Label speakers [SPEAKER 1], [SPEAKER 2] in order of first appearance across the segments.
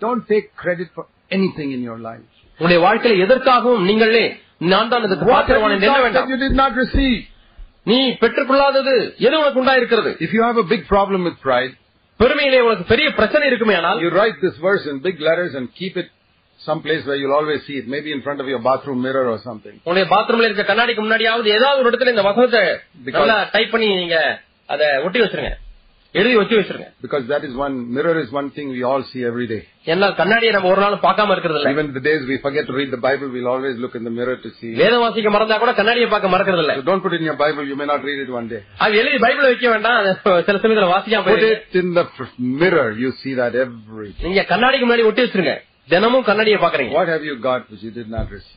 [SPEAKER 1] Don't take credit for anything in your life.
[SPEAKER 2] உங்களுடைய வாழ்க்கையில எதற்காகவும் நீங்களே நான் தான் அதுக்கு
[SPEAKER 1] What have
[SPEAKER 2] பாத்திரவான்
[SPEAKER 1] you
[SPEAKER 2] என்று எண்ண
[SPEAKER 1] got that
[SPEAKER 2] வேண்டாம்
[SPEAKER 1] you did not receive?
[SPEAKER 2] நீ பெற்றுக்கொள்ளாதது எது உனக்கு உண்டாயிருக்கிறது
[SPEAKER 1] If you have a big problem with pride,
[SPEAKER 2] பெருமையிலே உனக்கு பெரிய பிரச்சனை இருக்குமே ஆனால்
[SPEAKER 1] you write this verse in big letters and keep it someplace where you'll always see it, maybe in front of your bathroom mirror or something.
[SPEAKER 2] உங்களுடைய பாத்ரூம்ல இருக்க கண்ணாடிக்கு முன்னாடியாவது ஏதாவது ஒரு இடத்துல இந்த வசனத்தை
[SPEAKER 1] Because-
[SPEAKER 2] நல்லா டைப் பண்ணி நீங்க அத ஒட்டி வச்சிருங்க எழுதி ஒட்டி வச்சிருங்க
[SPEAKER 1] Because that is one, mirror is one thing we all see every day.
[SPEAKER 2] ஏன்னா கண்ணாடியை நம்ம ஒரு நாளும் பார்க்காம இருக்கிறது இல்ல
[SPEAKER 1] Even the days we forget to read the Bible, we'll always look in the mirror to see.
[SPEAKER 2] வேத வாசிக்க மறந்தா கூட கண்ணாடியை பார்க்க மறக்கிறது இல்ல
[SPEAKER 1] So don't put it in your Bible, you may not read it one day.
[SPEAKER 2] அது எழுதி பைபிள் வைக்க வேண்டாம் அது சில சமயத்துல வாசிக்காம
[SPEAKER 1] Put
[SPEAKER 2] போயிடுங்க.
[SPEAKER 1] it in the f- mirror, you see that every day.
[SPEAKER 2] நீங்க கண்ணாடிக்கு முன்னாடி ஒட்டி வச்சிருங்க தினமும் கண்ணாடியை பாக்குறீங்க
[SPEAKER 1] What have you got which you did not receive?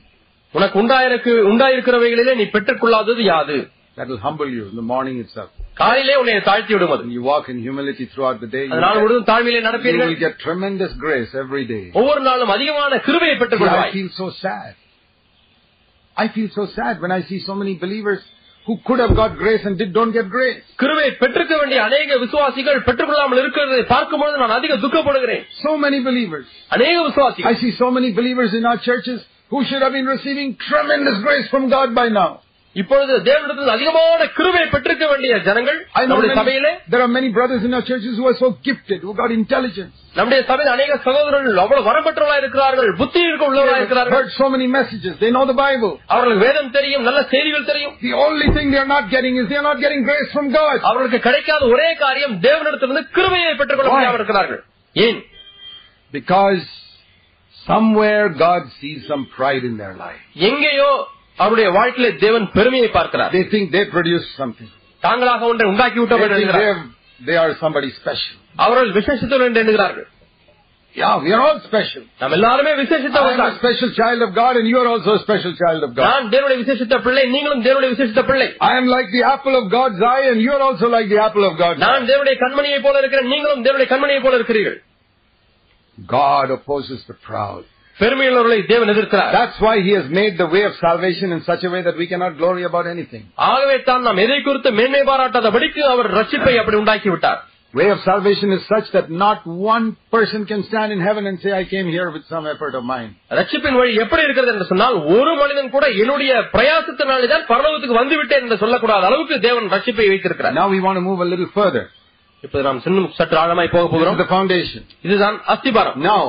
[SPEAKER 2] உனக்கு உண்டாயிருக்கு உண்டாயிருக்கிறவைகளிலே நீ பெற்றுக்கொள்ளாதது யாது
[SPEAKER 1] That will humble you in the morning itself.
[SPEAKER 2] காலையிலே உன்னை தாழ்த்தி விடும் அது
[SPEAKER 1] When you walk in humility throughout the day, you
[SPEAKER 2] அதனால
[SPEAKER 1] will
[SPEAKER 2] முழுதும் தாழ்மையிலே
[SPEAKER 1] get, you
[SPEAKER 2] நடப்பீர்கள்
[SPEAKER 1] will get tremendous grace every day.
[SPEAKER 2] ஒவ்வொரு நாளும் அதிகமான கிருபையை
[SPEAKER 1] See, I
[SPEAKER 2] பெற்றுக்கொள்வாய்
[SPEAKER 1] feel so sad. I feel so sad when I see so many believers who could have got grace and did don't get grace.
[SPEAKER 2] கிருவை பெற்றுக்க வேண்டிய அநேக விசுவாசிகள் பெற்றுக்கொள்ளாமல் இருக்கிறதை பார்க்கும்போது நான் அதிக துக்கப்படுகிறேன்
[SPEAKER 1] So many believers.
[SPEAKER 2] அநேக
[SPEAKER 1] I
[SPEAKER 2] விசுவாசிகள்
[SPEAKER 1] see so many believers in our churches who should have been receiving tremendous grace from God by now.
[SPEAKER 2] இப்பொழுது தேவனிடத்தில் அதிகமான கிருவை பெற்றிருக்க வேண்டிய ஜனங்கள்
[SPEAKER 1] I know
[SPEAKER 2] நம்முடைய
[SPEAKER 1] many-
[SPEAKER 2] சபையிலே
[SPEAKER 1] there are many brothers in our churches who are so gifted, who got intelligence.
[SPEAKER 2] நம்முடைய சபையில் அநேக சகோதரர்கள் அவ்வளவு வரப்பெற்றவர்களா இருக்கிறார்கள் புத்தி இருக்க
[SPEAKER 1] They
[SPEAKER 2] உள்ளவர்களா
[SPEAKER 1] have
[SPEAKER 2] இருக்கிறார்கள்
[SPEAKER 1] heard so many messages. They know the Bible.
[SPEAKER 2] அவர்களுக்கு வேதம் தெரியும் நல்ல செய்திகள் தெரியும்
[SPEAKER 1] The only thing they are not getting is they are not getting grace from God.
[SPEAKER 2] அவர்களுக்கு கிடைக்காத ஒரே காரியம் தேவனிடத்திலிருந்து கிருபையை பெற்றுக்கொள்ள
[SPEAKER 1] Why?
[SPEAKER 2] முடியாமல் இருக்கிறார்கள் ஏன்
[SPEAKER 1] Because somewhere God sees some pride in their life.
[SPEAKER 2] எங்கேயோ அவருடைய வாழ்க்கையிலே தேவன் பெருமையை பார்க்கிறார்
[SPEAKER 1] They think they produced something.
[SPEAKER 2] தாங்களாக ஒன்றை உண்டாக்கி
[SPEAKER 1] They
[SPEAKER 2] விட்டவர்
[SPEAKER 1] think
[SPEAKER 2] என்கிறார்
[SPEAKER 1] they're- they are somebody special.
[SPEAKER 2] அவர்கள் விசேஷத்தவர் என்று எண்ணுகிறார்கள்
[SPEAKER 1] Yeah, we are all special.
[SPEAKER 2] நாம் எல்லாருமே விசேஷித்தவர்கள்
[SPEAKER 1] I'm a
[SPEAKER 2] தான்.
[SPEAKER 1] special child of God and you are also a special child of God.
[SPEAKER 2] நான் தேவனுடைய விசேஷித்த பிள்ளை நீங்களும் தேவனுடைய விசேஷித்த பிள்ளை
[SPEAKER 1] I am like the apple of God's eye and you are also like the apple of God's
[SPEAKER 2] நான்
[SPEAKER 1] eye.
[SPEAKER 2] தேவனுடைய கண்மணியை போல இருக்கிறேன் நீங்களும் தேவனுடைய கண்மணியை போல இருக்கிறீர்கள்
[SPEAKER 1] God opposes the proud.
[SPEAKER 2] பெருமையுள்ளவர்களை தேவன் எதிர்க்கிறார்
[SPEAKER 1] That's why He has made the way of salvation in such a way that we cannot glory about anything.
[SPEAKER 2] ஆகவே தான் நாம் எதை குறித்து மேன்மை பாராட்டாதபடிக்கு அவர் ரட்சிப்பை அப்படி உண்டாக்கி விட்டார்
[SPEAKER 1] Way of salvation is such that not one person can stand in heaven and say, I came here with some effort of mine.
[SPEAKER 2] ரட்சிப்பின் வழி எப்படி இருக்கிறது என்று சொன்னால் ஒரு மனிதன் கூட என்னுடைய பிரயாசத்தினாலே தான் பரலோகத்துக்கு வந்துவிட்டேன் என்று சொல்லக்கூடாத அளவுக்கு தேவன் ரட்சிப்பை வைத்திருக்கிறார்
[SPEAKER 1] Now we want to move a little further.
[SPEAKER 2] இப்போது நாம் இன்னும் சற்று ஆழமாய் போக
[SPEAKER 1] This is
[SPEAKER 2] போகிறோம்
[SPEAKER 1] the foundation.
[SPEAKER 2] இதுதான் அஸ்திபாரம்
[SPEAKER 1] Now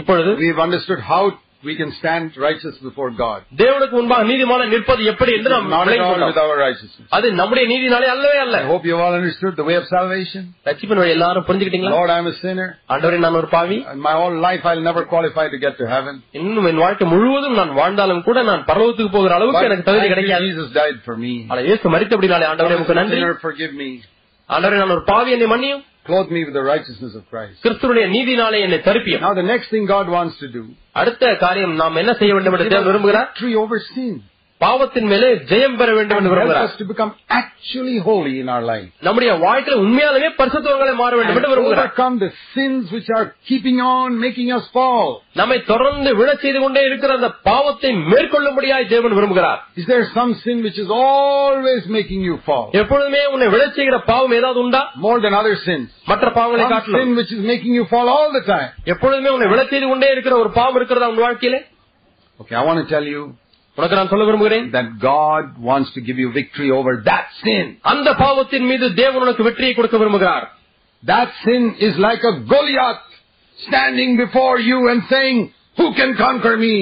[SPEAKER 2] இப்பொழுது
[SPEAKER 1] we've understood how we can stand righteous before God.
[SPEAKER 2] தேவனுக்கு முன்பாக நீதிமான நிற்பது எப்படி என்று நாம்
[SPEAKER 1] Not at
[SPEAKER 2] விளங்கிக்
[SPEAKER 1] all
[SPEAKER 2] கொண்டோம்.
[SPEAKER 1] with our righteousness.
[SPEAKER 2] அது நம்முடைய நீதினாலே அல்லவே அல்ல
[SPEAKER 1] I hope you all understood the way of salvation.
[SPEAKER 2] ரட்சிப்பின் வழி எல்லாரும் புரிஞ்சுக்கிட்டீங்களா
[SPEAKER 1] Lord, I'm a sinner.
[SPEAKER 2] ஆண்டவரே நான் ஒரு பாவி
[SPEAKER 1] In my whole life, I'll never qualify to get to heaven.
[SPEAKER 2] இன்னும் என் வாழ்க்கை முழுவதும் நான் வாழ்ந்தாலும் கூட நான் பரலோகத்துக்கு போகிற அளவுக்கு எனக்கு தகுதி
[SPEAKER 1] thank you,
[SPEAKER 2] கிடைக்காது
[SPEAKER 1] Jesus died for me.
[SPEAKER 2] ஆனா இயேசு மறித்தபடினாலே ஆண்டவரே
[SPEAKER 1] I'm a
[SPEAKER 2] உமக்கு நன்றி
[SPEAKER 1] sinner, forgive me.
[SPEAKER 2] ஆண்டவரே நான் ஒரு பாவி என்னை மன்னியும்
[SPEAKER 1] Clothe me with the righteousness of Christ.
[SPEAKER 2] கிறிஸ்துடைய நீதினாலே என்னை தரிப்பியும்
[SPEAKER 1] Now, the next thing God wants to do
[SPEAKER 2] அடுத்த காரியம் நாம் என்ன செய்ய வேண்டும் என்று
[SPEAKER 1] give us
[SPEAKER 2] தேவன் விரும்புகிறார்
[SPEAKER 1] victory over sin.
[SPEAKER 2] பாவத்தின் மேலே ஜெயம் பெற வேண்டும்
[SPEAKER 1] And
[SPEAKER 2] என்று
[SPEAKER 1] help
[SPEAKER 2] விரும்புகிறார்
[SPEAKER 1] us to become actually holy in our life.
[SPEAKER 2] நம்முடைய வாழ்க்கையில உண்மையாலுமே பரிசுத்தவர்களை மாற வேண்டும்
[SPEAKER 1] And
[SPEAKER 2] என்று விரும்புகிறார்
[SPEAKER 1] overcome the sins which are keeping on making us fall.
[SPEAKER 2] நம்மை தொடர்ந்து விழ செய்து கொண்டே இருக்கிற அந்த பாவத்தை மேற்கொள்ளும்படியாய் தேவன் விரும்புகிறார்
[SPEAKER 1] Is there some sin which is always making you fall?
[SPEAKER 2] எப்பொழுதுமே உன்னை விழ செய்கிற பாவம் ஏதாவது உண்டா
[SPEAKER 1] More than other sins.
[SPEAKER 2] மற்ற பாவங்களை
[SPEAKER 1] Some
[SPEAKER 2] காட்டிலும்
[SPEAKER 1] sin which is making you fall all the time.
[SPEAKER 2] எப்பொழுதுமே உன்னை விழ செய்து கொண்டே இருக்கிற ஒரு பாவம் இருக்கிறதா உன் வாழ்க்கையில
[SPEAKER 1] Okay, I want to tell you
[SPEAKER 2] உனக்கு நான் சொல்ல விரும்புகிறேன்
[SPEAKER 1] that God wants to give you victory over that sin.
[SPEAKER 2] அந்த பாவத்தின் மீது தேவன் உனக்கு வெற்றியை கொடுக்க விரும்புகிறார்
[SPEAKER 1] That sin is like a Goliath standing before you and saying, who can conquer me?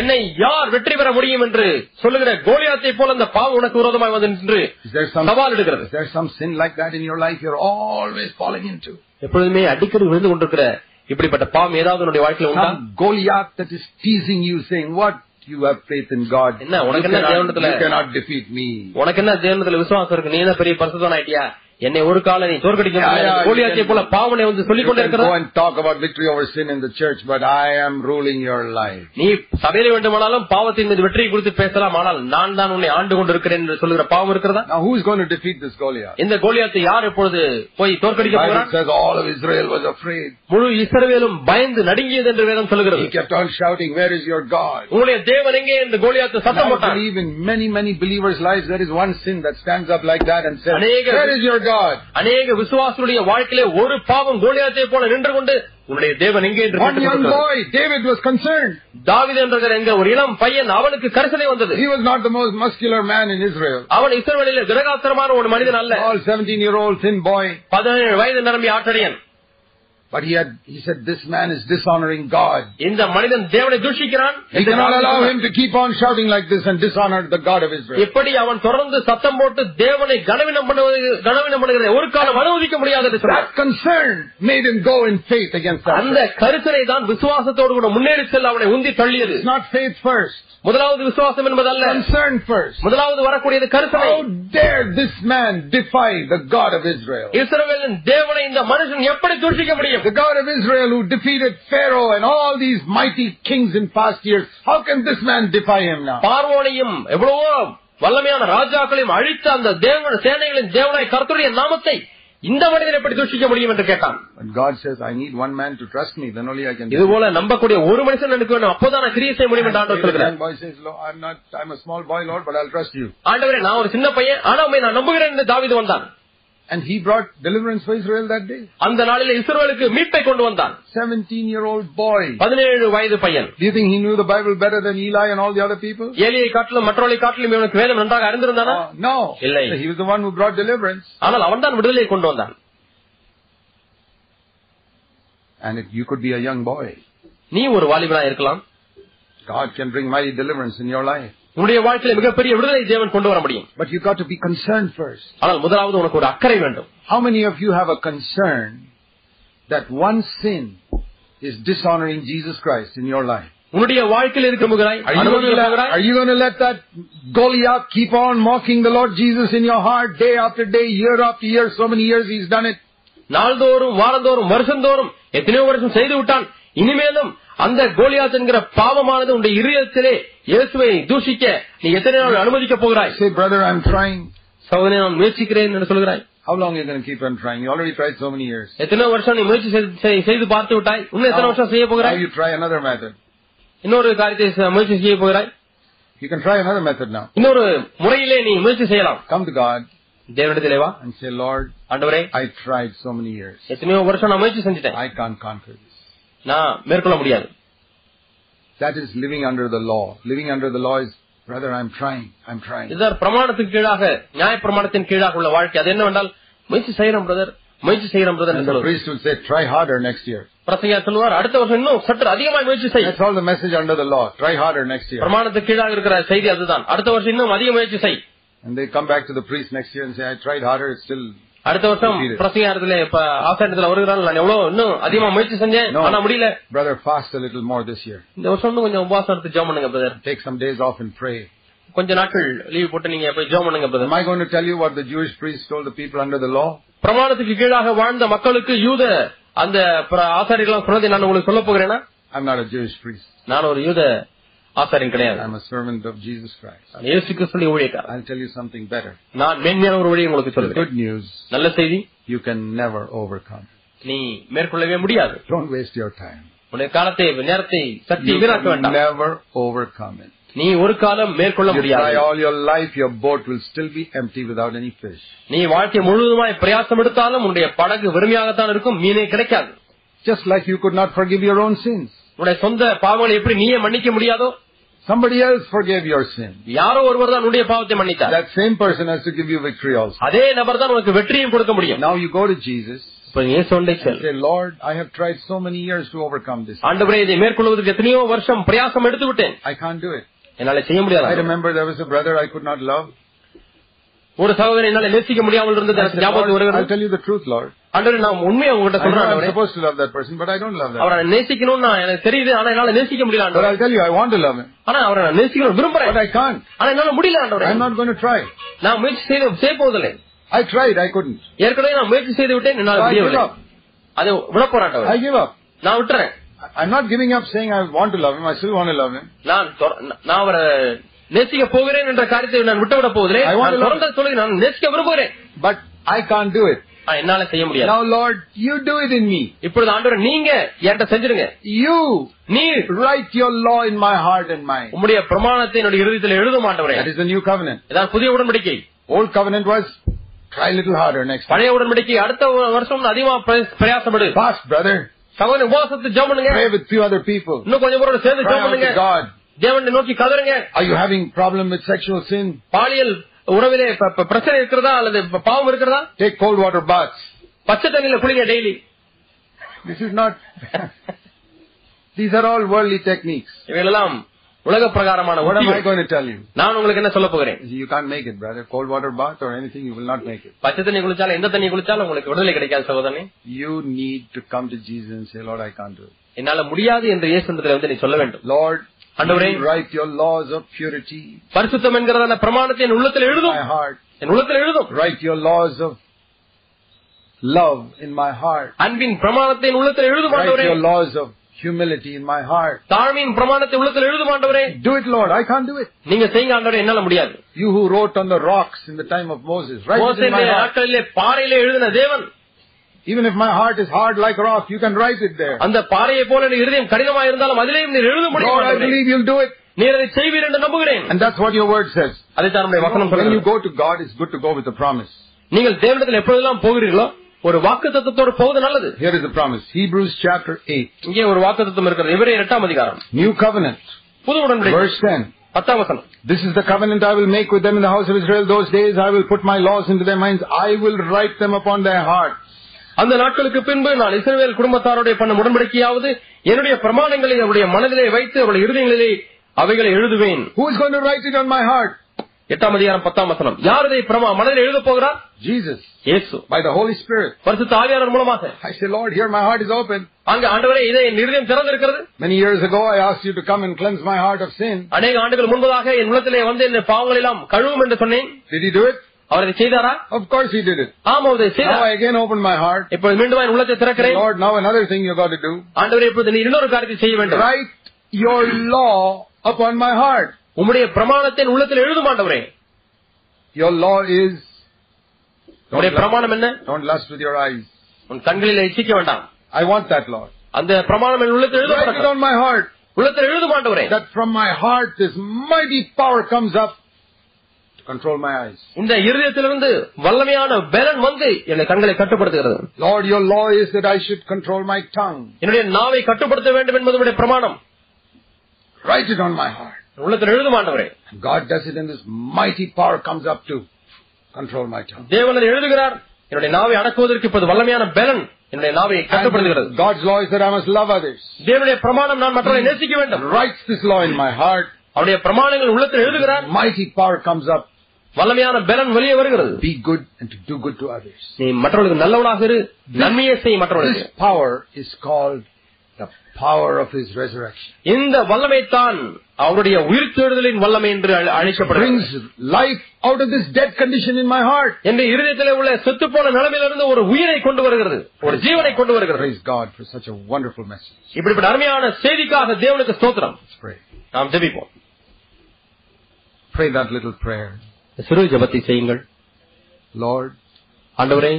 [SPEAKER 2] என்னை யார் வெற்றி பெற முடியும் என்று சொல்லுகிற கோலியாத்தை போல அந்த பாவம் உனக்கு விரோதமாய் வந்து நின்று
[SPEAKER 1] Is there some,
[SPEAKER 2] சவால் எடுக்கிறது
[SPEAKER 1] is there some sin like that in your life you're always falling into?
[SPEAKER 2] எப்பொழுதுமே அடிக்கடி விழுந்து கொண்டிருக்கிற இப்படிப்பட்ட பாவம் ஏதாவது உன்னுடைய வாழ்க்கையில உண்டா
[SPEAKER 1] Some Goliath that is teasing you saying, what? You have faith in God. You
[SPEAKER 2] என்ன, உனக்கு என்ன
[SPEAKER 1] cannot,
[SPEAKER 2] தேவனிடத்துல-
[SPEAKER 1] you cannot defeat me.
[SPEAKER 2] உனக்கு என்ன தேவனத்துல விசுவாசம் இருக்கு நீ என்ன பெரிய பரிசுத்தவன் ஆயிட்டியா என்னை ஒரு கால நீ தோற்கடிக்க
[SPEAKER 1] Yeah,
[SPEAKER 2] முடியாது.
[SPEAKER 1] yeah,
[SPEAKER 2] கோலியாத்தை
[SPEAKER 1] you can-
[SPEAKER 2] போல பாவனை வந்து
[SPEAKER 1] You
[SPEAKER 2] சொல்லிக் கொண்டே
[SPEAKER 1] can
[SPEAKER 2] இருக்கிற
[SPEAKER 1] go and talk about victory over sin in the church, but I am ruling your life.
[SPEAKER 2] நீ சபையில வேண்டுமானாலும் பாவத்தின் மீது வெற்றியை குறித்து பேசலாம் ஆனால் நான் தான் உன்னை ஆண்டு கொண்டிருக்கிறேன் என்று சொல்லுகிற பாவம் இருக்கிறதா
[SPEAKER 1] Now, who is going to defeat this Goliath?
[SPEAKER 2] இந்த கோலியாத்தை யார் எப்பொழுது போய்
[SPEAKER 1] The
[SPEAKER 2] தோற்கடிக்க
[SPEAKER 1] Bible
[SPEAKER 2] போகிறார்
[SPEAKER 1] says all of Israel was afraid.
[SPEAKER 2] முழு இஸ்ரவேலும் பயந்து நடுங்கியது என்று வேதம் சொல்லுகிறது
[SPEAKER 1] He kept on shouting, Where is your God?
[SPEAKER 2] உங்களுடைய தேவன் எங்கே என்று கோலியாத்து
[SPEAKER 1] And
[SPEAKER 2] சத்தம்
[SPEAKER 1] I
[SPEAKER 2] போட்டான்
[SPEAKER 1] believe in many, many believers' lives there is one sin that stands up like that and says,
[SPEAKER 2] அநேக-
[SPEAKER 1] Where is your God?
[SPEAKER 2] அநேக விசுவாசனுடைய வாழ்க்கையிலே ஒரு பாவம் கோலியாத்தை போல நின்று கொண்டு உன்னுடைய தேவன் எங்கே என்று
[SPEAKER 1] One young
[SPEAKER 2] கேட்டுக்கொண்டிருக்கிறார்.
[SPEAKER 1] boy, David was concerned.
[SPEAKER 2] தாவீது என்ற எங்க ஒரு இளம் பையன் அவனுக்கு கரிசனை வந்தது
[SPEAKER 1] He was not the most muscular man in Israel.
[SPEAKER 2] அவன் இஸ்ரவேலிலே திடகாத்திரமான ஒரு மனிதன் அல்ல
[SPEAKER 1] All 17 year old thin boy.
[SPEAKER 2] பதினேழு வயது நிரம்பிய ஆட்டடியன்
[SPEAKER 1] But he had, he said, this man is dishonoring God.
[SPEAKER 2] இந்த மனிதன் தேவனை தூஷிக்கிறான்
[SPEAKER 1] We cannot allow him to keep on shouting like this and dishonor the God of Israel.
[SPEAKER 2] எப்படி அவன் தொடர்ந்து சத்தம் போட்டு தேவனை கனவீனம் பண்ணுவது கனவீனம் பண்ணுகிறதை ஒரு காலம் அனுமதிக்க முடியாது என்று சொன்னார்
[SPEAKER 1] That concern made him go in faith against
[SPEAKER 2] அந்த
[SPEAKER 1] that.
[SPEAKER 2] கருத்தனை தான் விசுவாசத்தோடு கூட முன்னேறி செல்ல அவனை உந்தி தள்ளியது
[SPEAKER 1] It's not faith first,
[SPEAKER 2] முதலாவது விசுவாசம் என்பதல்ல
[SPEAKER 1] concern first.
[SPEAKER 2] முதலாவது வரக்கூடியது கருத்தனை
[SPEAKER 1] How dare this man defy the God of Israel?
[SPEAKER 2] இஸ்ரவேலின் தேவனை இந்த மனுஷன் எப்படி தூஷிக்க முடியும்
[SPEAKER 1] The God of Israel who defeated Pharaoh and all these mighty kings in past years, how can this man defy him now?
[SPEAKER 2] பார்வோனையும் எவ்வளவோ வல்லமையான ராஜாக்களையும் அழித்த அந்த தேவன சேனைகளின் தேவனாய் கர்த்தருடைய நாமத்தை இந்த மனிதன் எப்படி தூஷிக்க முடியும் என்று கேட்டான்
[SPEAKER 1] But God says, I need one man to trust me, then only I can do
[SPEAKER 2] இது போல நம்பக்கூடிய ஒரு மனுஷன் எனக்கு வேணும் அப்போதான் நான் கிரியை செய்ய முடியும் என்று ஆண்டவர்
[SPEAKER 1] The
[SPEAKER 2] சொல்கிறார்
[SPEAKER 1] young boy says, "Lord, I'm not, I'm a small boy, Lord, but I'll trust you.
[SPEAKER 2] ஆண்டவரே நான் ஒரு சின்ன பையன் ஆனா உண்மை நான் நம்புகிறேன் என்று தாவீது வந்தான்
[SPEAKER 1] And he brought deliverance for Israel that day.
[SPEAKER 2] அந்த நாளிலே இஸ்ரவேலுக்கு மீட்பை கொண்டு வந்தான்
[SPEAKER 1] 17 year old boy.
[SPEAKER 2] பதினேழு வயது பையன்
[SPEAKER 1] Do you think he knew the Bible better than Eli and all the other people?
[SPEAKER 2] ஏலியை காட்டிலும் மற்றவர்களை காட்டிலும் இவனுக்கு வேதம் நன்றாக அறிந்திருந்தானா
[SPEAKER 1] Uh, no.
[SPEAKER 2] Eli.
[SPEAKER 1] He was the one who brought deliverance.
[SPEAKER 2] ஆனால் அவன்தான் விடுதலையை கொண்டு வந்தான்
[SPEAKER 1] And if you could be a young boy,
[SPEAKER 2] நீ ஒரு வாலிபனா இருக்கலாம்
[SPEAKER 1] God can bring mighty deliverance in your life.
[SPEAKER 2] உன்னுடைய வாழ்க்கையில மிகப்பெரிய விடுதலை தேவன் கொண்டு வர முடியும்
[SPEAKER 1] But you got to be concerned first.
[SPEAKER 2] ஆனால் முதலாவது உனக்கு ஒரு அக்கறை வேண்டும்
[SPEAKER 1] How many of you have a concern that one sin is dishonoring Jesus Christ in your life?
[SPEAKER 2] உன்னுடைய வாழ்க்கையில் இருக்க முகிறாய்
[SPEAKER 1] Are you, gonna let, are you gonna let that Goliath keep on mocking the Lord Jesus in your heart day after day, year after year, so many years he's done it?
[SPEAKER 2] நாள்தோறும் வாரந்தோறும் வருஷந்தோறும் எத்தனையோ வருஷம் செய்து விட்டான் இனிமேலும் அந்த கோலியாத் என்கிற பாவமானது உன்னுடைய இருதயத்திலே இயேசுவை தூஷிக்க நீ எத்தனை நாள் அனுமதிக்க போகிறாய்
[SPEAKER 1] Say, brother, I'm trying.
[SPEAKER 2] சகோதரே நான் முயற்சிக்கிறேன் என்று சொல்கிறாய்
[SPEAKER 1] How long are you gonna keep on trying? You already tried so many years.
[SPEAKER 2] எத்தனை வருஷம் நீ முயற்சி செய்து- செய்- செய்து பார்த்து விட்டாய் இன்னும் எத்தனை
[SPEAKER 1] Now,
[SPEAKER 2] வருஷம் செய்ய
[SPEAKER 1] now
[SPEAKER 2] போகிறாய்
[SPEAKER 1] you try another method.
[SPEAKER 2] இன்னொரு காரியத்தை செ- முயற்சி செய்ய போகிறாய்
[SPEAKER 1] You can try another method now.
[SPEAKER 2] இன்னொரு முறையிலே நீ முயற்சி செய்யலாம்
[SPEAKER 1] Come to God
[SPEAKER 2] தேவனிடத்திலே வா
[SPEAKER 1] and say, Lord,
[SPEAKER 2] ஆண்டவரே
[SPEAKER 1] I tried so many years.
[SPEAKER 2] எத்தனையோ வருஷம் நான் முயற்சி செஞ்சுட்டேன்
[SPEAKER 1] I can't conquer this.
[SPEAKER 2] நான் மேற்கொள்ள முடியாது
[SPEAKER 1] That is living under the law. Living under the law is, brother, I'm trying, I'm trying.
[SPEAKER 2] இதுதான் பிரமாணத்துக்கு கீழாக நியாய பிரமாணத்தின் கீழாக உள்ள வாழ்க்கை அது என்னவென்றால் முயற்சி செய்யறோம் பிரதர் முயற்சி செய்யறோம் பிரதர்
[SPEAKER 1] And
[SPEAKER 2] என்று
[SPEAKER 1] the
[SPEAKER 2] சொல்லுவார்.
[SPEAKER 1] priest will say, try harder next year.
[SPEAKER 2] பிரசங்கியார் சொல்லுவார் அடுத்த வருஷம் இன்னும் சற்று அதிகமாக முயற்சி செய்
[SPEAKER 1] That's all the message under the law. Try harder next year.
[SPEAKER 2] பிரமாணத்துக்கு கீழாக இருக்கிற செய்தி அதுதான் அடுத்த வருஷம் இன்னும் அதிக முயற்சி செய்
[SPEAKER 1] And they come back to the priest next year and say, I tried harder, it's still.
[SPEAKER 2] அடுத்த வருஷம்
[SPEAKER 1] புரியுது.
[SPEAKER 2] பிரசங்கியாரத்துல இப்ப ஆசாரத்துல வருகிறான் நான் எவ்வளவு இன்னும் அதிகமா முயற்சி செஞ்சேன்
[SPEAKER 1] No.
[SPEAKER 2] ஆனா முடியல
[SPEAKER 1] Brother, fast a little more this year.
[SPEAKER 2] இந்த வருஷம் இன்னும் கொஞ்சம் உபவாசம் எடுத்து ஜோம் பண்ணுங்க brother
[SPEAKER 1] Take some days off and pray.
[SPEAKER 2] கொஞ்ச நாட்கள் லீவ் போட்டு நீங்க போய் ஜோம் பண்ணுங்க
[SPEAKER 1] Am
[SPEAKER 2] brother
[SPEAKER 1] I going to tell you what the Jewish priest told the people under the law?
[SPEAKER 2] பிரமாணத்துக்கு கீழாக வாழ்ந்த மக்களுக்கு யூத அந்த ஆசாரிகள் சொன்னதை நான் உங்களுக்கு சொல்ல போகிறேன்னா
[SPEAKER 1] I'm not a Jewish priest.
[SPEAKER 2] நான் ஒரு யூத ஆசாரியன் கிடையாது
[SPEAKER 1] I'm a servant of Jesus Christ.
[SPEAKER 2] நான் இயேசு கிறிஸ்துவின் ஊழியக்காரன்
[SPEAKER 1] I'll tell you something better.
[SPEAKER 2] நான் மேன்மையான ஒரு வழியை உங்களுக்கு
[SPEAKER 1] The
[SPEAKER 2] சொல்லுகிறேன்
[SPEAKER 1] good news,
[SPEAKER 2] நல்ல செய்தி
[SPEAKER 1] you can never overcome.
[SPEAKER 2] நீ மேற்கொள்ளவே முடியாது
[SPEAKER 1] Don't waste your time.
[SPEAKER 2] உன்னுடைய காலத்தை நேரத்தை சக்தி
[SPEAKER 1] You
[SPEAKER 2] வீணாக்க
[SPEAKER 1] can
[SPEAKER 2] வேண்டாம்
[SPEAKER 1] never overcome it.
[SPEAKER 2] நீ ஒரு காலம் மேற்கொள்ள
[SPEAKER 1] You try
[SPEAKER 2] முடியாது
[SPEAKER 1] all your life, your boat will still be empty without any fish.
[SPEAKER 2] நீ வாழ்க்கை முழுவதுமாய் பிரயாசம் எடுத்தாலும் உன்னுடைய படகு வெறுமையாகத்தான் இருக்கும் மீனே கிடைக்காது
[SPEAKER 1] Just like you could not forgive your own sins.
[SPEAKER 2] உன்னுடைய சொந்த பாவங்களை எப்படி நீயே மன்னிக்க முடியாதோ
[SPEAKER 1] Somebody else forgave your sin.
[SPEAKER 2] யாரோ ஒருவர் தான் உன்னுடைய பாவத்தை மன்னித்தார்
[SPEAKER 1] That same person has to give you victory also.
[SPEAKER 2] அதே நபர் தான் உனக்கு வெற்றியும் கொடுக்க முடியும்
[SPEAKER 1] Now you go to Jesus
[SPEAKER 2] இப்ப நீ சொன்னே
[SPEAKER 1] and
[SPEAKER 2] சொல்
[SPEAKER 1] say, Lord, I have tried so many years to overcome this.
[SPEAKER 2] ஆண்டவரே இதை மேற்கொள்வதற்கு எத்தனையோ வருஷம் பிரயாசம் எடுத்து விட்டேன்
[SPEAKER 1] I can't do it.
[SPEAKER 2] என்னால செய்ய
[SPEAKER 1] I
[SPEAKER 2] முடியாது
[SPEAKER 1] remember there was a brother I could not love.
[SPEAKER 2] ஒரு சகோதரன் என்னால நேசிக்க முடியாமல்
[SPEAKER 1] I
[SPEAKER 2] இருந்தது
[SPEAKER 1] said,
[SPEAKER 2] எனக்கு
[SPEAKER 1] Lord, I'll
[SPEAKER 2] ஞாபகத்துக்கு வருகிறது
[SPEAKER 1] tell you the truth, Lord.
[SPEAKER 2] ஆண்டவரே நான் உண்மையை
[SPEAKER 1] I
[SPEAKER 2] உங்ககிட்ட
[SPEAKER 1] know
[SPEAKER 2] சொல்றேன்
[SPEAKER 1] I'm
[SPEAKER 2] ஆண்டவரே.
[SPEAKER 1] supposed to love that person, but I don't love that.
[SPEAKER 2] அவரை நான் நேசிக்கணும்னு நான் எனக்கு தெரியுது ஆனா என்னால நேசிக்க முடியல
[SPEAKER 1] But
[SPEAKER 2] ஆண்டவரே
[SPEAKER 1] I'll tell you, I want to love him.
[SPEAKER 2] ஆனா அவரை நான் நேசிக்கணும்
[SPEAKER 1] But
[SPEAKER 2] விரும்புறேன்
[SPEAKER 1] I can't.
[SPEAKER 2] ஆனா என்னால முடியல ஆண்டவரே
[SPEAKER 1] I'm not going to try.
[SPEAKER 2] நான் முயற்சி செய்து செய்ய போவதில்லை
[SPEAKER 1] I tried, I couldn't.
[SPEAKER 2] ஏற்கனவே நான் முயற்சி செய்து விட்டேன்
[SPEAKER 1] So
[SPEAKER 2] என்னால
[SPEAKER 1] I give
[SPEAKER 2] முடியவில்லை
[SPEAKER 1] up.
[SPEAKER 2] அது விடப்போறேன்
[SPEAKER 1] I
[SPEAKER 2] ஆண்டவரே
[SPEAKER 1] give up.
[SPEAKER 2] நான் விட்டுறேன்
[SPEAKER 1] I- I'm not giving up saying I want to love him. I still want to love him.
[SPEAKER 2] நான் தொர- நான் அவரை நேசிக்க போகிறேன் என்ற காரியத்தை நான் விட்டுவிட போவதில்லை
[SPEAKER 1] I want to
[SPEAKER 2] நான்
[SPEAKER 1] love
[SPEAKER 2] தொடர்ந்து சொல்லி நான் நேசிக்க விரும்புகிறேன்
[SPEAKER 1] But I can't do it.
[SPEAKER 2] ஆனா என்னால செய்ய முடியாது
[SPEAKER 1] Now, Lord, you do it in me.
[SPEAKER 2] இப்பொழுது ஆண்டவரே நீங்க என்கிட்ட செஞ்சிருங்க
[SPEAKER 1] You
[SPEAKER 2] நீர்
[SPEAKER 1] write your law in my heart and mind.
[SPEAKER 2] உம்முடைய பிரமாணத்தை என்னுடைய இறுதியில் எழுத மாட்டவரே
[SPEAKER 1] That is the new covenant.
[SPEAKER 2] இதான் புதிய உடன்படிக்கை
[SPEAKER 1] Old covenant was try a little harder next time.
[SPEAKER 2] பழைய உடன்படிக்கை அடுத்த வருஷம் அதிகமா பிரயாசப்படு
[SPEAKER 1] Fast, brother.
[SPEAKER 2] சகோதரன் உபவாசத்து ஜெபம் பண்ணுங்க
[SPEAKER 1] Pray with few other people.
[SPEAKER 2] இன்னும் கொஞ்சம் பேரோட சேர்ந்து
[SPEAKER 1] Cry
[SPEAKER 2] ஜெபம்
[SPEAKER 1] out
[SPEAKER 2] பண்ணுங்க
[SPEAKER 1] to God.
[SPEAKER 2] தேவனை நோக்கி கதறுங்க
[SPEAKER 1] Are you having problem with sexual sin?
[SPEAKER 2] பாலியல் உறவிலே ப- ப- பிரச்சனை இருக்கிறதா அல்லது ப- பாவம் இருக்கிறதா
[SPEAKER 1] Take cold water baths.
[SPEAKER 2] பச்சை தண்ணியில குளிங்க daily
[SPEAKER 1] This is not. These are all worldly techniques.
[SPEAKER 2] இவையெல்லாம் உலக பிரகாரமான
[SPEAKER 1] What am I
[SPEAKER 2] உடம்பு
[SPEAKER 1] going to tell you?
[SPEAKER 2] நான் உங்களுக்கு என்ன சொல்ல போகிறேன்
[SPEAKER 1] You can't make it, brother. Cold water bath or anything, you will not make it.
[SPEAKER 2] பச்சை தண்ணி குளிச்சாலும் எந்த தண்ணி குளிச்சாலும் உங்களுக்கு விடுதலை கிடைக்காது சகோதரனே
[SPEAKER 1] You need to come to Jesus and say, Lord, I can't do it.
[SPEAKER 2] என்னால முடியாது என்று இயேசுந்திரத்தில் வந்து நீ சொல்ல வேண்டும்
[SPEAKER 1] Lord,
[SPEAKER 2] ஆண்டவரே.
[SPEAKER 1] you write your laws of purity
[SPEAKER 2] பரிசுத்தம் என்கிறதான பிரமாணத்தை என் உள்ளத்தில்
[SPEAKER 1] in
[SPEAKER 2] எழுதும்
[SPEAKER 1] my heart.
[SPEAKER 2] என் உள்ளத்தில் எழுதும்
[SPEAKER 1] Write your laws of love in my heart.
[SPEAKER 2] அன்பின் பிரமாணத்தை என் உள்ளத்தில் எழுதும்
[SPEAKER 1] Write
[SPEAKER 2] ஆண்டவரே
[SPEAKER 1] your laws of humility in my heart.
[SPEAKER 2] தாழ்மையின் பிரமாணத்தை உள்ளத்தில் எழுதும் ஆண்டவரே
[SPEAKER 1] Do it, Lord. I can't do it.
[SPEAKER 2] நீங்க செய்யுங்க ஆண்டவரே என்னால முடியாது
[SPEAKER 1] You who wrote on the rocks in the time of Moses, write it in my
[SPEAKER 2] மோசேயினுடைய
[SPEAKER 1] heart.
[SPEAKER 2] நாட்களிலே பாறையிலே எழுதின தேவன்
[SPEAKER 1] Even if my heart is hard like rock, you can write it there.
[SPEAKER 2] அந்த பாறையை போல என் இருதயம் கடினமா இருந்தாலும் அதிலேயும் நீர் எழுத முடியும்
[SPEAKER 1] Lord, I
[SPEAKER 2] ஆண்டவரே.
[SPEAKER 1] believe you'll do it.
[SPEAKER 2] நீர் அதை செய்வீர் என்று நம்புகிறேன்
[SPEAKER 1] And that's what your word says.
[SPEAKER 2] அதை தான் நம்முடைய வசனம்
[SPEAKER 1] When you
[SPEAKER 2] சொல்லுங்க
[SPEAKER 1] go to God, it's good to go with a promise.
[SPEAKER 2] நீங்கள் தேவனிடத்தில் எப்பொழுதெல்லாம் போகிறீர்களோ ஒரு வாக்கு தத்துவத்தோடு போவது நல்லது
[SPEAKER 1] Here is the promise. Hebrews chapter 8.
[SPEAKER 2] இங்கே ஒரு வாக்கு தத்துவம் இருக்கிறது இவரே எட்டாம் அதிகாரம்
[SPEAKER 1] New covenant.
[SPEAKER 2] புது உடன்படிக்கை
[SPEAKER 1] Verse 10.
[SPEAKER 2] பத்தாம் வசனம்
[SPEAKER 1] This is the covenant I will make with them in the house of Israel those days. I will put my laws into their minds. I will write them upon their hearts.
[SPEAKER 2] அந்த நாட்களுக்கு பின்பு நான் இஸ்ரவேல் குடும்பத்தாரோட பண்ணும் உடன்படிக்கையாவது என்னுடைய பிரமாணங்களை அவருடைய மனதிலே வைத்து அவருடைய இருதயங்களிலே அவைகளை எழுதுவேன்
[SPEAKER 1] Who is going to write it on my heart?
[SPEAKER 2] எட்டாம் அதிகாரம் பத்தாம் வசனம் யார் இதை பிரமா மனதில் எழுத போகிறார்
[SPEAKER 1] Jesus.
[SPEAKER 2] இயேசு
[SPEAKER 1] By the Holy Spirit.
[SPEAKER 2] பரிசுத்த ஆவியாளர் மூலமாக
[SPEAKER 1] I say, Lord, here my heart is open.
[SPEAKER 2] அங்கு ஆண்டவரே இதை என் இருதயம் திறந்திருக்கிறது
[SPEAKER 1] Many years ago I asked you to come and cleanse my heart of sin.
[SPEAKER 2] அநேக ஆண்டுகள் முன்பதாக என் உள்ளத்திலே வந்து என் பாவங்கள் எல்லாம் கழுவும் என்று சொன்னேன்
[SPEAKER 1] Did he do it?
[SPEAKER 2] அவர் இதை செய்தாரா
[SPEAKER 1] Of course he did it.
[SPEAKER 2] ஆமா இதை
[SPEAKER 1] Now
[SPEAKER 2] செய்தார்
[SPEAKER 1] I again open my heart.
[SPEAKER 2] இப்போது மீண்டும் என் உள்ளத்தை திறக்கிறேன்
[SPEAKER 1] Lord, now another thing you got to do.
[SPEAKER 2] ஆண்டவரே இப்போது நீ இன்னொரு காரியத்தை செய்ய வேண்டும்
[SPEAKER 1] Write your law upon my heart.
[SPEAKER 2] உம்முடைய பிரமாணத்தை என் உள்ளத்தில் எழுதும் ஆண்டவரே
[SPEAKER 1] Your law is
[SPEAKER 2] உம்முடைய பிரமாணம் என்ன
[SPEAKER 1] don't lust with your eyes.
[SPEAKER 2] உன் கண்களில் இச்சிக்க வேண்டாம்
[SPEAKER 1] I want that, Lord.
[SPEAKER 2] அந்த பிரமாணம் என் உள்ளத்தில் எழுத
[SPEAKER 1] Write it on my heart.
[SPEAKER 2] உள்ளத்தில் எழுதும் ஆண்டவரே
[SPEAKER 1] That from my heart this mighty power comes up to control my eyes.
[SPEAKER 2] இந்த இருதயத்திலிருந்து வல்லமையான பலன் வந்து என்னை கண்களை கட்டுப்படுத்துகிறது
[SPEAKER 1] Lord, your law is that I should control my tongue.
[SPEAKER 2] என்னுடைய நாவை கட்டுப்படுத்த வேண்டும் என்பது உம்முடைய பிரமாணம்
[SPEAKER 1] Write it on my heart.
[SPEAKER 2] என் உள்ளத்தில் எழுதும் ஆண்டவரே
[SPEAKER 1] And God does it and this mighty power comes up to control my tongue.
[SPEAKER 2] தேவன் அதை எழுதுகிறார் என்னுடைய நாவை அடக்குவதற்கு இப்போது வல்லமையான பலன் என்னுடைய நாவை கட்டுப்படுத்துகிறது
[SPEAKER 1] And God's law is that I must love others.
[SPEAKER 2] தேவனுடைய பிரமாணம் நான் மற்றவரை நேசிக்க வேண்டும்
[SPEAKER 1] Writes this law in my heart.
[SPEAKER 2] அவருடைய பிரமாணங்கள் உள்ளத்தில் எழுதுகிறார்
[SPEAKER 1] Mighty power comes up.
[SPEAKER 2] வல்லமையான பலன் வெளியே வருகிறது
[SPEAKER 1] Be good and to do good to others.
[SPEAKER 2] நீ மற்றவர்களுக்கு நல்லவனாக இரு நன்மையை செய்
[SPEAKER 1] This
[SPEAKER 2] மற்றவர்களுக்கு
[SPEAKER 1] power is called the power of His resurrection.
[SPEAKER 2] இந்த வல்லமை தான் அவருடைய உயிர் தேடுதலின் வல்லமை என்று அழ-
[SPEAKER 1] Brings
[SPEAKER 2] அழைக்கப்படுகிறது
[SPEAKER 1] life out of this dead condition in my heart.
[SPEAKER 2] என்ற இருதயத்திலே உள்ள செத்து போன நிலைமையிலிருந்து ஒரு உயிரை கொண்டு வருகிறது ஒரு ஜீவனை கொண்டு வருகிறது
[SPEAKER 1] Praise God for such a wonderful message.
[SPEAKER 2] இப்படிப்பட்ட அருமையான செய்திக்காக தேவனுக்கு ஸ்தோத்திரம்
[SPEAKER 1] Let's pray.
[SPEAKER 2] நாம் ஜெபிப்போம்
[SPEAKER 1] Pray that little prayer.
[SPEAKER 2] சிறு ஜெபத்தை செய்யுங்கள்
[SPEAKER 1] Lord,
[SPEAKER 2] ஆண்டவரே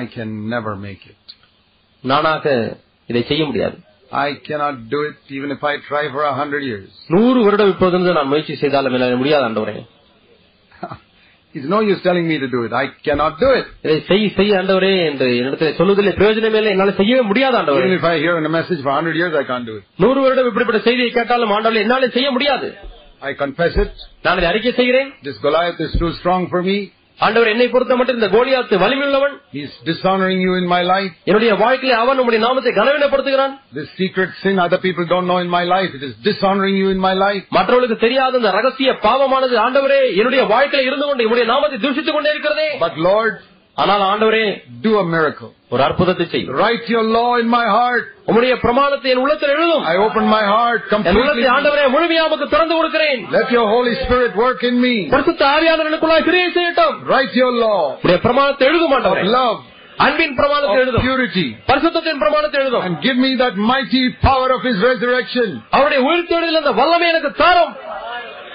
[SPEAKER 1] I can never make it.
[SPEAKER 2] நானாக இதை செய்ய முடியாது
[SPEAKER 1] I cannot do it even if I try for a hundred years.
[SPEAKER 2] நூறு வருடம் இப்போது நான் முயற்சி செய்தாலும் என்னால் முடியாது ஆண்டவரே
[SPEAKER 1] it's no use telling me to do it. I cannot do it.
[SPEAKER 2] இதை செய் செய் ஆண்டவரே என்று என்னிடத்தில் சொல்வதிலே பிரயோஜனமே இல்லை என்னால் செய்யவே முடியாது ஆண்டவரே
[SPEAKER 1] Even if I hear in a message for a hundred years, I can't do it.
[SPEAKER 2] நூறு வருடம் இப்படிப்பட்ட செய்தியை கேட்டாலும் ஆண்டவரே என்னால செய்ய முடியாது
[SPEAKER 1] I confess it.
[SPEAKER 2] நான் இதை அறிக்கை செய்கிறேன்
[SPEAKER 1] This Goliath is too strong for me.
[SPEAKER 2] ஆண்டவர் என்னை பொறுத்த மட்டும் இந்த Goliath வலிமையுள்ளவன்
[SPEAKER 1] He's dishonoring you in my life.
[SPEAKER 2] என்னுடைய வாழ்க்கையில அவன் உம்முடைய நாமத்தை கனவீனப்படுத்துகிறான்
[SPEAKER 1] This secret sin other people don't know in my life. It is dishonoring you in my life.
[SPEAKER 2] மற்றவர்களுக்கு தெரியாத இந்த ரகசிய பாவமானது ஆண்டவரே என்னுடைய வாழ்க்கையில இருந்து கொண்டு என்னுடைய நாமத்தை தூஷித்துக் கொண்டே இருக்கிறதே
[SPEAKER 1] But Lord,
[SPEAKER 2] ஆனால் ஆண்டவரே
[SPEAKER 1] do a miracle.
[SPEAKER 2] ஒரு அற்புதத்தை செய்யும்
[SPEAKER 1] Write your law in my heart.
[SPEAKER 2] உம்முடைய பிரமாணத்தை என் உள்ளத்தில் எழுதும்
[SPEAKER 1] I open my heart
[SPEAKER 2] N
[SPEAKER 1] completely.
[SPEAKER 2] உள்ளத்தை ஆண்டவரே முழுமையாக உமக்கு திறந்து கொடுக்கிறேன்
[SPEAKER 1] Let your Holy Spirit work in me.
[SPEAKER 2] பரிசுத்த ஆவியானவர்களுக்குள்ளாய் கிரியை செய்யட்டும்
[SPEAKER 1] Write your law
[SPEAKER 2] உடைய பிரமாணத்தை எழுதும்
[SPEAKER 1] of
[SPEAKER 2] ஆண்டவரே
[SPEAKER 1] love,
[SPEAKER 2] அன்பின் பிரமாணத்தை
[SPEAKER 1] of
[SPEAKER 2] எழுதும்
[SPEAKER 1] purity,
[SPEAKER 2] பரிசுத்தத்தின் பிரமாணத்தை எழுதும்
[SPEAKER 1] and give me that mighty power of His resurrection.
[SPEAKER 2] அவருடைய உயிர் தேடுதல் அந்த வல்லமை எனக்கு தாரும்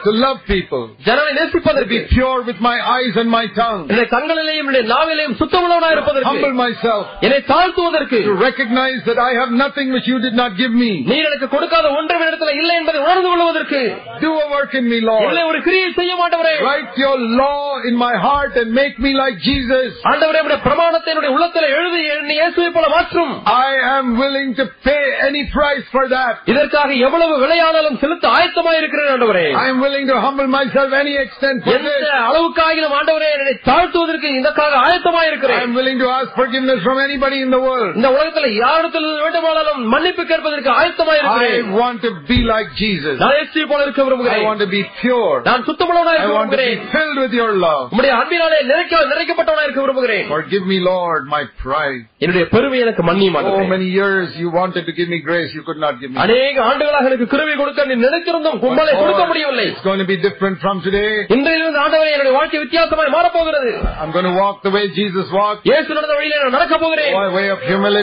[SPEAKER 1] to love people,
[SPEAKER 2] ஜனங்களை
[SPEAKER 1] to
[SPEAKER 2] நேசிப்பதற்கு
[SPEAKER 1] be pure with my eyes and my tongue,
[SPEAKER 2] என்னுடைய கண்களிலேயும் என்னுடைய நாவிலேயும் சுத்தமுள்ளவனா
[SPEAKER 1] humble
[SPEAKER 2] இருப்பதற்கு
[SPEAKER 1] myself,
[SPEAKER 2] என்னை தாழ்த்துவதற்கு
[SPEAKER 1] to recognize that I have nothing which you did not give me.
[SPEAKER 2] நீர் எனக்கு கொடுக்காத ஒன்றும் இடத்துல இல்லை என்பதை உணர்ந்து கொள்வதற்கு
[SPEAKER 1] Do a work in me, Lord.
[SPEAKER 2] இல்லை ஒரு கிரியை செய்ய மாட்டவரே
[SPEAKER 1] Write your law in my heart and make me like Jesus.
[SPEAKER 2] ஆண்டவரே உடைய பிரமாணத்தை என்னுடைய உள்ளத்துல எழுதி என்னை இயேசுவை போல மாற்றும்
[SPEAKER 1] I am willing to pay any price for that.
[SPEAKER 2] இதற்காக எவ்வளவு விலையானாலும் செலுத்த ஆயத்தமாக இருக்கிறேன் ஆண்டவரே
[SPEAKER 1] I am willing to humble myself any extent for
[SPEAKER 2] எந்த
[SPEAKER 1] this.
[SPEAKER 2] அளவுக்காகிலும் ஆண்டவரே என்னை தாழ்த்துவதற்கு இதற்காக ஆயத்தமாக
[SPEAKER 1] I
[SPEAKER 2] இருக்கிறேன்
[SPEAKER 1] am willing to ask forgiveness from anybody in the world.
[SPEAKER 2] இந்த உலகத்துல யாரிடத்தில் வேண்டுமானாலும் மன்னிப்பு கேட்பதற்கு ஆயத்தமாக
[SPEAKER 1] I
[SPEAKER 2] இருக்கிறேன்
[SPEAKER 1] want to be like Jesus.
[SPEAKER 2] நான் இயேசுவை போல இருக்க
[SPEAKER 1] I want
[SPEAKER 2] விரும்புகிறேன்
[SPEAKER 1] to be pure.
[SPEAKER 2] நான் சுத்தமுள்ளவனா
[SPEAKER 1] I
[SPEAKER 2] இருக்க
[SPEAKER 1] want to be
[SPEAKER 2] விரும்புகிறேன்
[SPEAKER 1] filled with your love.
[SPEAKER 2] உம்முடைய அன்பினாலே நிறைக்க நிறைக்கப்பட்டவனா இருக்க விரும்புகிறேன்
[SPEAKER 1] Forgive me, Lord, my pride.
[SPEAKER 2] என்னுடைய பெருமை எனக்கு மன்னியும்
[SPEAKER 1] So
[SPEAKER 2] ஆண்டவரே.
[SPEAKER 1] Oh, many years you wanted to give me grace, you could not give me.
[SPEAKER 2] அநேக ஆண்டுகளாக எனக்கு கிருபை கொடுக்க நீ நினைத்திருந்தும்
[SPEAKER 1] But
[SPEAKER 2] உம்மாலே கொடுக்க
[SPEAKER 1] Lord,
[SPEAKER 2] முடியவில்லை
[SPEAKER 1] It's going to be different from today.
[SPEAKER 2] இன்றையிலிருந்து ஆண்டவரே என்னுடைய வாழ்க்கை வித்தியாசமாய் மாறப்போகிறது
[SPEAKER 1] I'm going to walk the way Jesus walked,
[SPEAKER 2] இயேசு நடந்த வழியிலே நான் நடக்கப்
[SPEAKER 1] by
[SPEAKER 2] போகிறேன்
[SPEAKER 1] way of humility.